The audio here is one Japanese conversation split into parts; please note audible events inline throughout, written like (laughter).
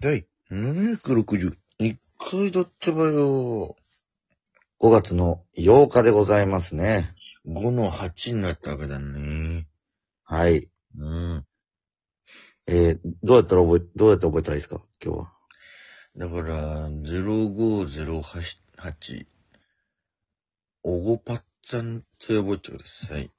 第761回だってばよ。 5月の8日でございますね。 5の8になったわけだね。はい。うん。えー、どうやったら覚え、どうやって覚えたらいいですか今日は。だから、05088。おごぱっちゃんって覚えてください。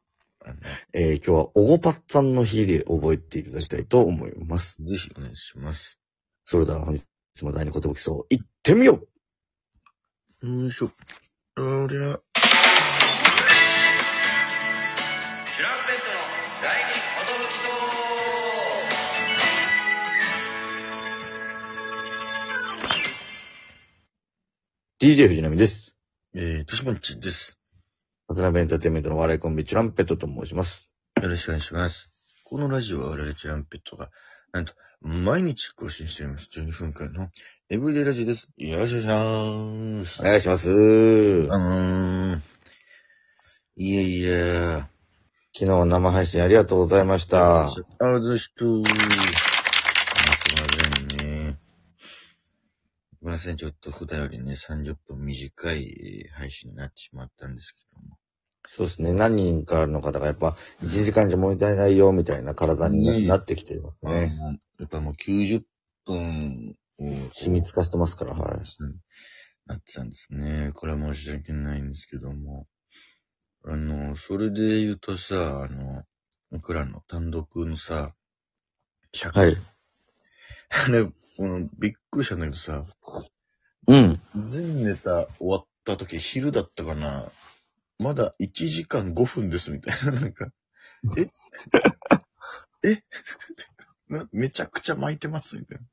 あのえー、今日はおごぱっさんの日で覚えていただきたいと思います。ぜひお願いします。それでは本日も第2言武器層、行ってみようよいしょ。ありゃ。シュランペットの第2言武器層 DJ 藤波です。えー、としぼんちです。渡辺エンターテインメントの笑いコンビ、チュランペットと申します。よろしくお願いします。このラジオは我々チュランペットが、なんと、毎日更新しております。12分間のエブリデイラジオです。よろしくお願いします。お願いします。昨あのー、いやいや、日は生配信ありがとうございました。あれでした。すいませんね。すいません、ちょっと普段よりね、30分短いえー配信になってしまったんですけども。そうですね。何人かの方がやっぱ1時間じゃ物足りないよみたいな体にな,、ねえってきていますあね。のやっぱもう90分を。染み付かしてますから、はい。なってたんですね。これは申し訳ないんですけども。あの、それで言うとさ、あの、僕らの単独のさ、社 (laughs) はい。あれ、この、びっくりしたんだけどさ、うん。全ネタ終わった時昼だったかな。まだ1時間5分ですみたいな、なん (laughs) か。え (laughs) えなめちゃくちゃ巻いてますみたいな。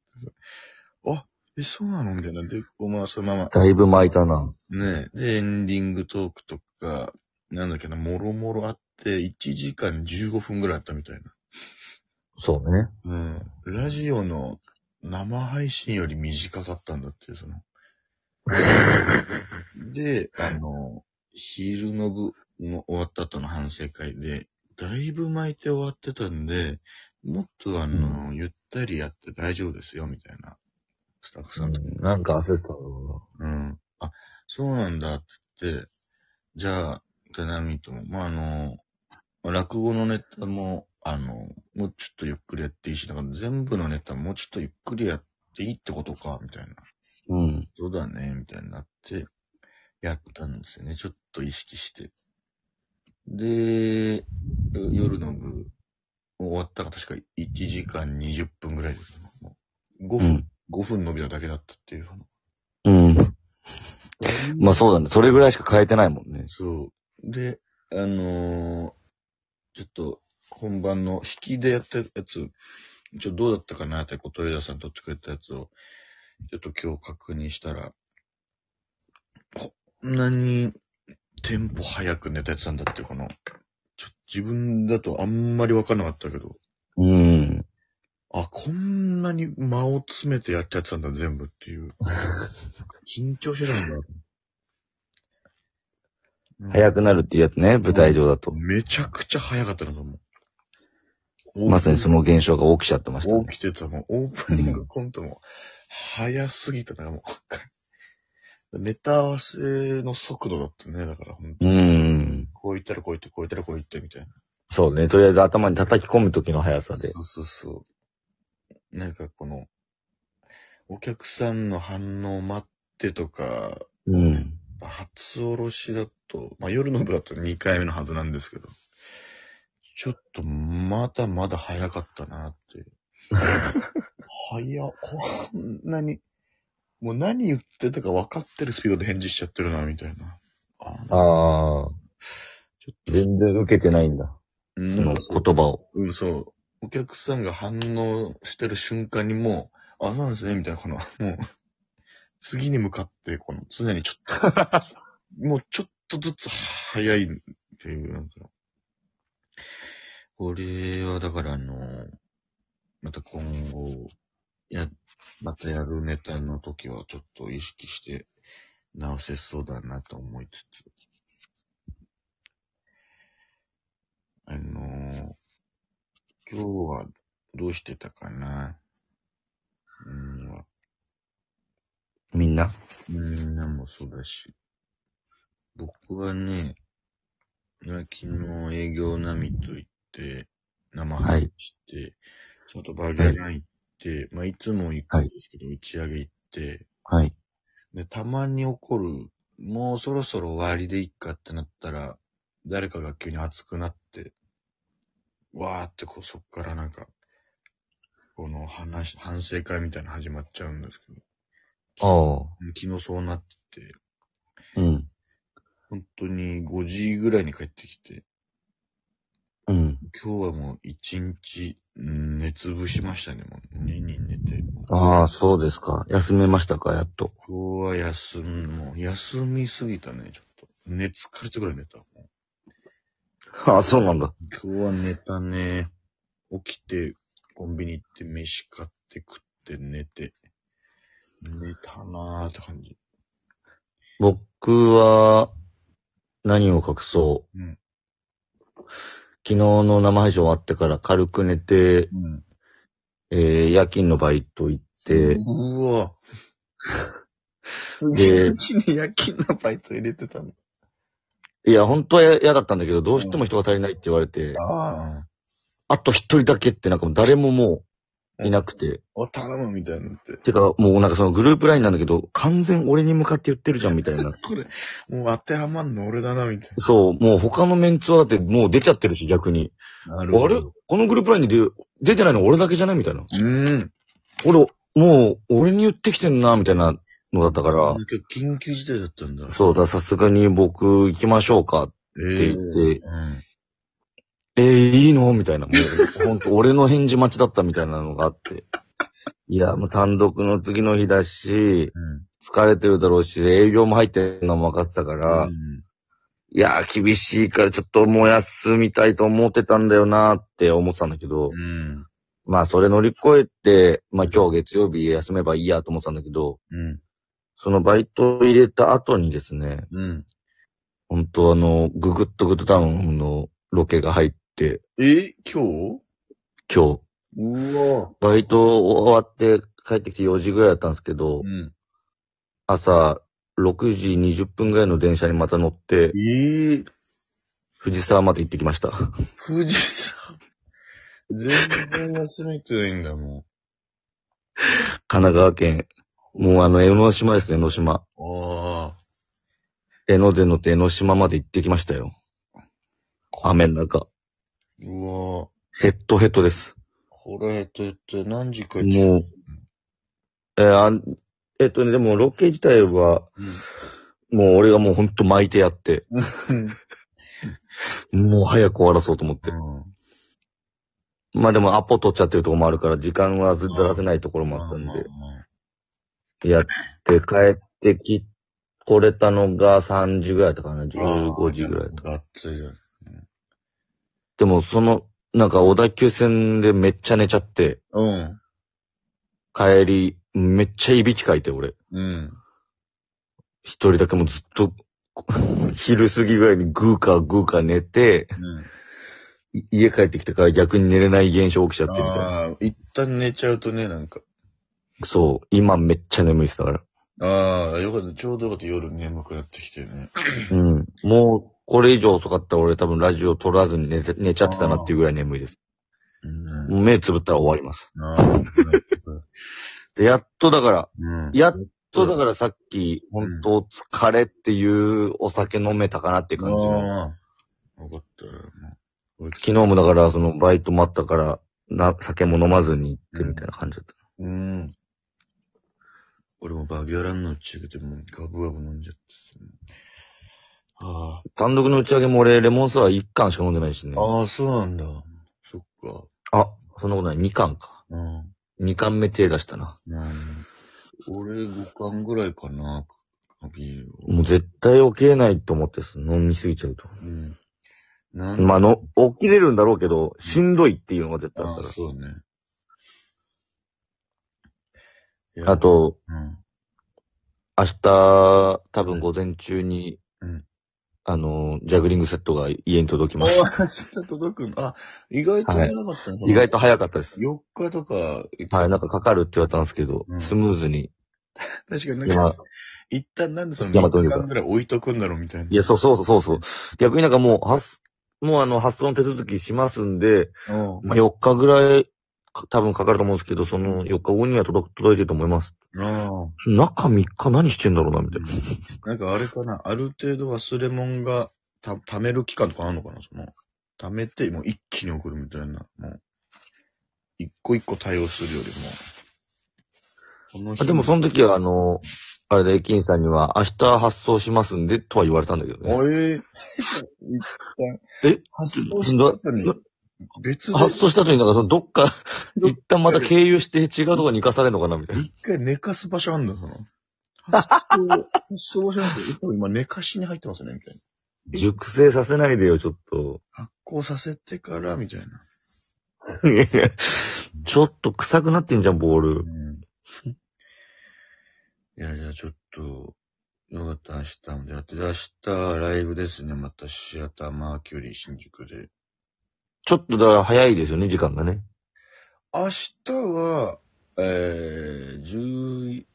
あ、え、そうなのみたいな。で、こうまあ、そのままだいぶ巻いたな。ねえ、で、エンディングトークとか、なんだっけな、もろもろあって、1時間15分ぐらいあったみたいそうね。な。うん。ラジオの生配信より短かったんだっていう、その。で、あの、昼の部の終わった後の反省会で、だいぶ巻いて終わってたんで、もっとあの、ゆったりやって大丈夫ですよ、みたいな。スタッフさんとか (laughs) うんなんか焦ってたのうん。あ、そうなんだ、つって。じゃあ、てなみとも、まあ、あの、落語のネタも、あの、もうちょっとゆっくりやっていいし、だから全部のネタもうちょっとゆっくりやっていいってことか、みたいな。うん。そうだね、みたいになって、やったんですよね。ちょっと意識して。で、夜の部、終わったか確か1時間20分ぐらいです。もう5う分、ん。 5分伸びただけだったっていう。うん。まあそうだね。それぐらいしか変えてないもんね。そう。で、あのーちょっと、本番の引きでやったやつ、ちょっとどうだったかなって、こう、豊田さん撮ってくれたやつを、ちょっと今日確認したら、こんなにテンポ早くネタやってたんだって、この、ちょ自分だとあんまりわかんなかったけど、うん。あ、こんなに間を詰めてやってやってたんだ、全部っていう。緊張してたんだ。うん早くなるっていうやつね。舞台上だと。めちゃくちゃ早かったなと思う。まさにその現象が起きちゃってましたね。起きてたもん。オープニングコントも、早すぎたな、もう。ネタ合わせの速度だったね。だから、ほんとうん。こう言ったらこう言って、こう言ったらこう言って、みたいな。そうね。とりあえず頭に叩き込む時の速さで。そうそうそう。なんかこの、お客さんの反応を待ってとか、うん。初おろしだと、まあ、夜の部だと2回目のはずなんですけど、ちょっとまだまだ早かったなっていう。早っ、こんなに、もう何言ってたか分かってるスピードで返事しちゃってるな、みたいな。あああ。ちょっ全然受けてないんだ。そなのんかこ言葉を。ううん、そう。お客さんが反応してる瞬間にもう、あ、そうなんですね、みたいな、この、もう、次に向かって、この、常にちょっと、 (laughs) もうちょっとずつ早いっていう、なんか。これは、だから、あの、また今後、や、またやるネタの時は、ちょっと意識して、直せそうだなと思いつつ。あのー、今日はどうしてたかなうん、んな。みんなもそうだし。僕はね、昨日営業並みと言って、生は配い信して、ちょっとバーゲンライン行って、まあいつも行くんですけど、打ち上げ行って、はい。で、たまに起こる、もうそろそろ終わりでいいかってなったら、誰かが急に熱くなって、わーってこうそっからなんか、この話、反省会みたいなの始まっちゃうんですけど、おう。昨日そうなってて、うん。本当に5時ぐらいに帰ってきて、うん。今日はもう一日、うん寝つぶしましたね、もう。寝に寝て。ああ、そうですか。休めましたか、やっと。今日は休む、もう休みすぎたね、ちょっと。寝疲れてぐらい寝た。もうああ、そうなんだ。今日は寝たね。起きて、コンビニ行って飯買って食って寝て。寝たなーって感じ。僕は、何を隠そう。うん昨日の生配信終わってから軽く寝て、うん。えー、夜勤のバイト行って、うわ。で一日に夜勤のバイト入れてたの。いや、本当は嫌だったんだけど、どうしても人が足りないって言われて、ああ。あと一人だけってなんかもう誰ももういなくて、お、頼むみたいになって。てかもうなんかそのグループラインなんだけど、完全俺に向かって言ってるじゃんみた (laughs) いな。これ、もう当てはまんの俺だな、みたいそう、もう他のメンツはだってもう出ちゃってるし、逆に。な。なあれこのグループラインに出出てないの俺だけじゃないみたいな。うん。俺、もう、俺に言ってきてんな、みたいなのだったから、今日緊急事態だったんだ。そうだ、さすがに僕行きましょうかっえて言うって、ん。えー、いいのみたいな。もう、ほんと、俺の返事待ちだったみたいなのがあって。いや、もう単独の次の日だうし、ん。疲れてるだろうし、営業も入ってるのも分かってたから、うんいやー、厳しいからちょっともう休みたいと思ってたんだよなーって思ってたんだけど、うん。まあそれ乗り越えて、まあ今日月曜日休めばいいやと思ってたんだけど、うん。そのバイトを入れた後にですね、うん。本当あの、ググッとグッドダウンのロケが入って、え今日今日、うわ。バイト終わって帰ってきて4時ぐらいだったんですけうど、ん。朝6時20分ぐらいの電車にまた乗って、ええ藤沢まで行ってきました。 (laughs) 富士山。全然休めてないんだ、も神奈川県。もうあの、江ノ島です、江ノ島。う。ああ。江ノ電乗って江ノ島まで行ってきましたよ。雨の中。うわ。ヘッドヘッドです。これ、えっと、えっと、何時かう。もう、えーあんえっとね、でもロケ自体は、もう俺がもうほんと巻いてやって、うん。もう早く終わらそうと思って。うまあでもアポ取っちゃってるところもあるから、時間はずずらせないところん。もあったんで、うやって帰ってき、これたのが3時ぐらいだったかな、ん。 15時ぐらいだった。がっつりだ。でもその、なんか小田急線でめっちゃ寝ちゃって、うん。帰り、めっちゃいびきかいて、俺。うん。一人だけもうずっと、 (laughs) 昼過ぎぐらいにグーかグーか寝て、うん。い家帰ってきてから逆に寝れない現象起きちゃってみたいな。ああ、一旦寝ちゃうとね、なんか。そう、今めっちゃ眠いですだから。ああ、よかった。ちょうどよかった。夜眠くなってきてね。うん。もう、これ以上遅かったら俺多分ラジオ撮らずに寝て寝ちゃってたなっていうぐらい眠いです。うん。もう目つぶったら終わります。ああ、で、やっとだから、うん。やっとだからさっき、うん本当疲れっていうお酒飲めたかなって感じの。ああよかったよ。昨日もだから、そのバイトもあったから、な、酒も飲まずに行ってみたいな感じだった。うん。俺もバギャランの打ち上げでもうガブガブ飲んじゃってさ。あ単独の打ち上げも俺、レモンサワー1缶しか飲んでないしね。あ。ああ、そうなんだ。そっか。あ、そんなことない。2缶か。うん。 2缶目手出したな。うん。俺5缶ぐらいかな。ビールを。もう絶対起きれないと思ってさ、飲みすぎちゃうと。うん。なんまあ、の、起きれるんだろうけど、しんどいっていうのが絶対あっあたかそうね。いやら。あ、と、うん。明日、多分午前中に、うんあの、ジャグリングセットが家に届きます。明日届くのあ、意外とはいやらなかったね。意外と早かったです。 4日とか、はい、なんかかかるって言われたんですけど、うんスムーズに確かになんか、今、一旦なんでその大3和とい日うか間ぐらい置いとくんだろうみたいいや、そうそうそうそう。逆になんかもう、発、もうあの、発送の手続きしますんで、な。うん。まあ、4日ぐらい、か多分かかると思うんですけど、その4日後には届く、届いてると思います。あ中3日何してんだろうな、みたいな。あ。なんかあれかな、ある程度忘れ物がた貯める期間とかあるのかな、その、貯めて、もう一気に送るみたいな、もう、一個一個対応するよりも。この日あでもその時は、あの、あれだ、駅員さんには、明日発送しますんで、とは言われたんだけどね。あれ、一旦、え発送した後に、別で、発送した後になんか、そのどっか、一旦また経由して違うとこに行かされるのかな、みたいな。一回寝かす場所あんだよ、その。発送、発送場所なんて、今寝かしに入ってますね、みたいな。熟成させないでよ、ちょっと。 (laughs) 発行させてから、みたいな。いやいやちょっと臭くなってんじゃん、ボール。うんいや、じゃあちょっと、よかった、明日もやって、で明日、ライブですね、またシアターマーキュリー新宿で。ちょっとだから早いですよね、時間がね。明日は、えー、10、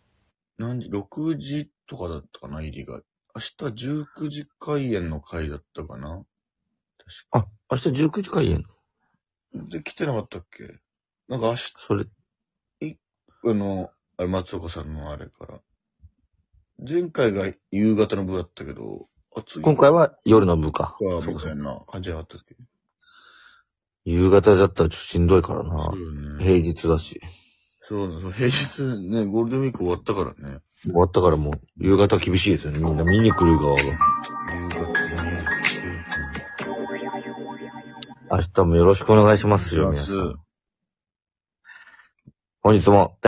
何時、6時とかだったかな、入りが。明日19時開演の回だったかな。あ、明日19時開演。で、来てなかったっけなんか明日、それ、あの、あれ、松岡さんのあれから。前回が夕方の部だったけど、あ、次今回は夜の部か。は、そうみかたいな感じじゃなかったっけ夕方だったらちょっとしんどいからなそ。うよね。平日だし。そうだ、そう平日ね、ゴールデンウィーク終わったからね。終わったからもう、夕方厳しいですよね。みんな見に来る側が。夕方ね。明日もよろしくお願いしますよ、皆さん。明日本日も、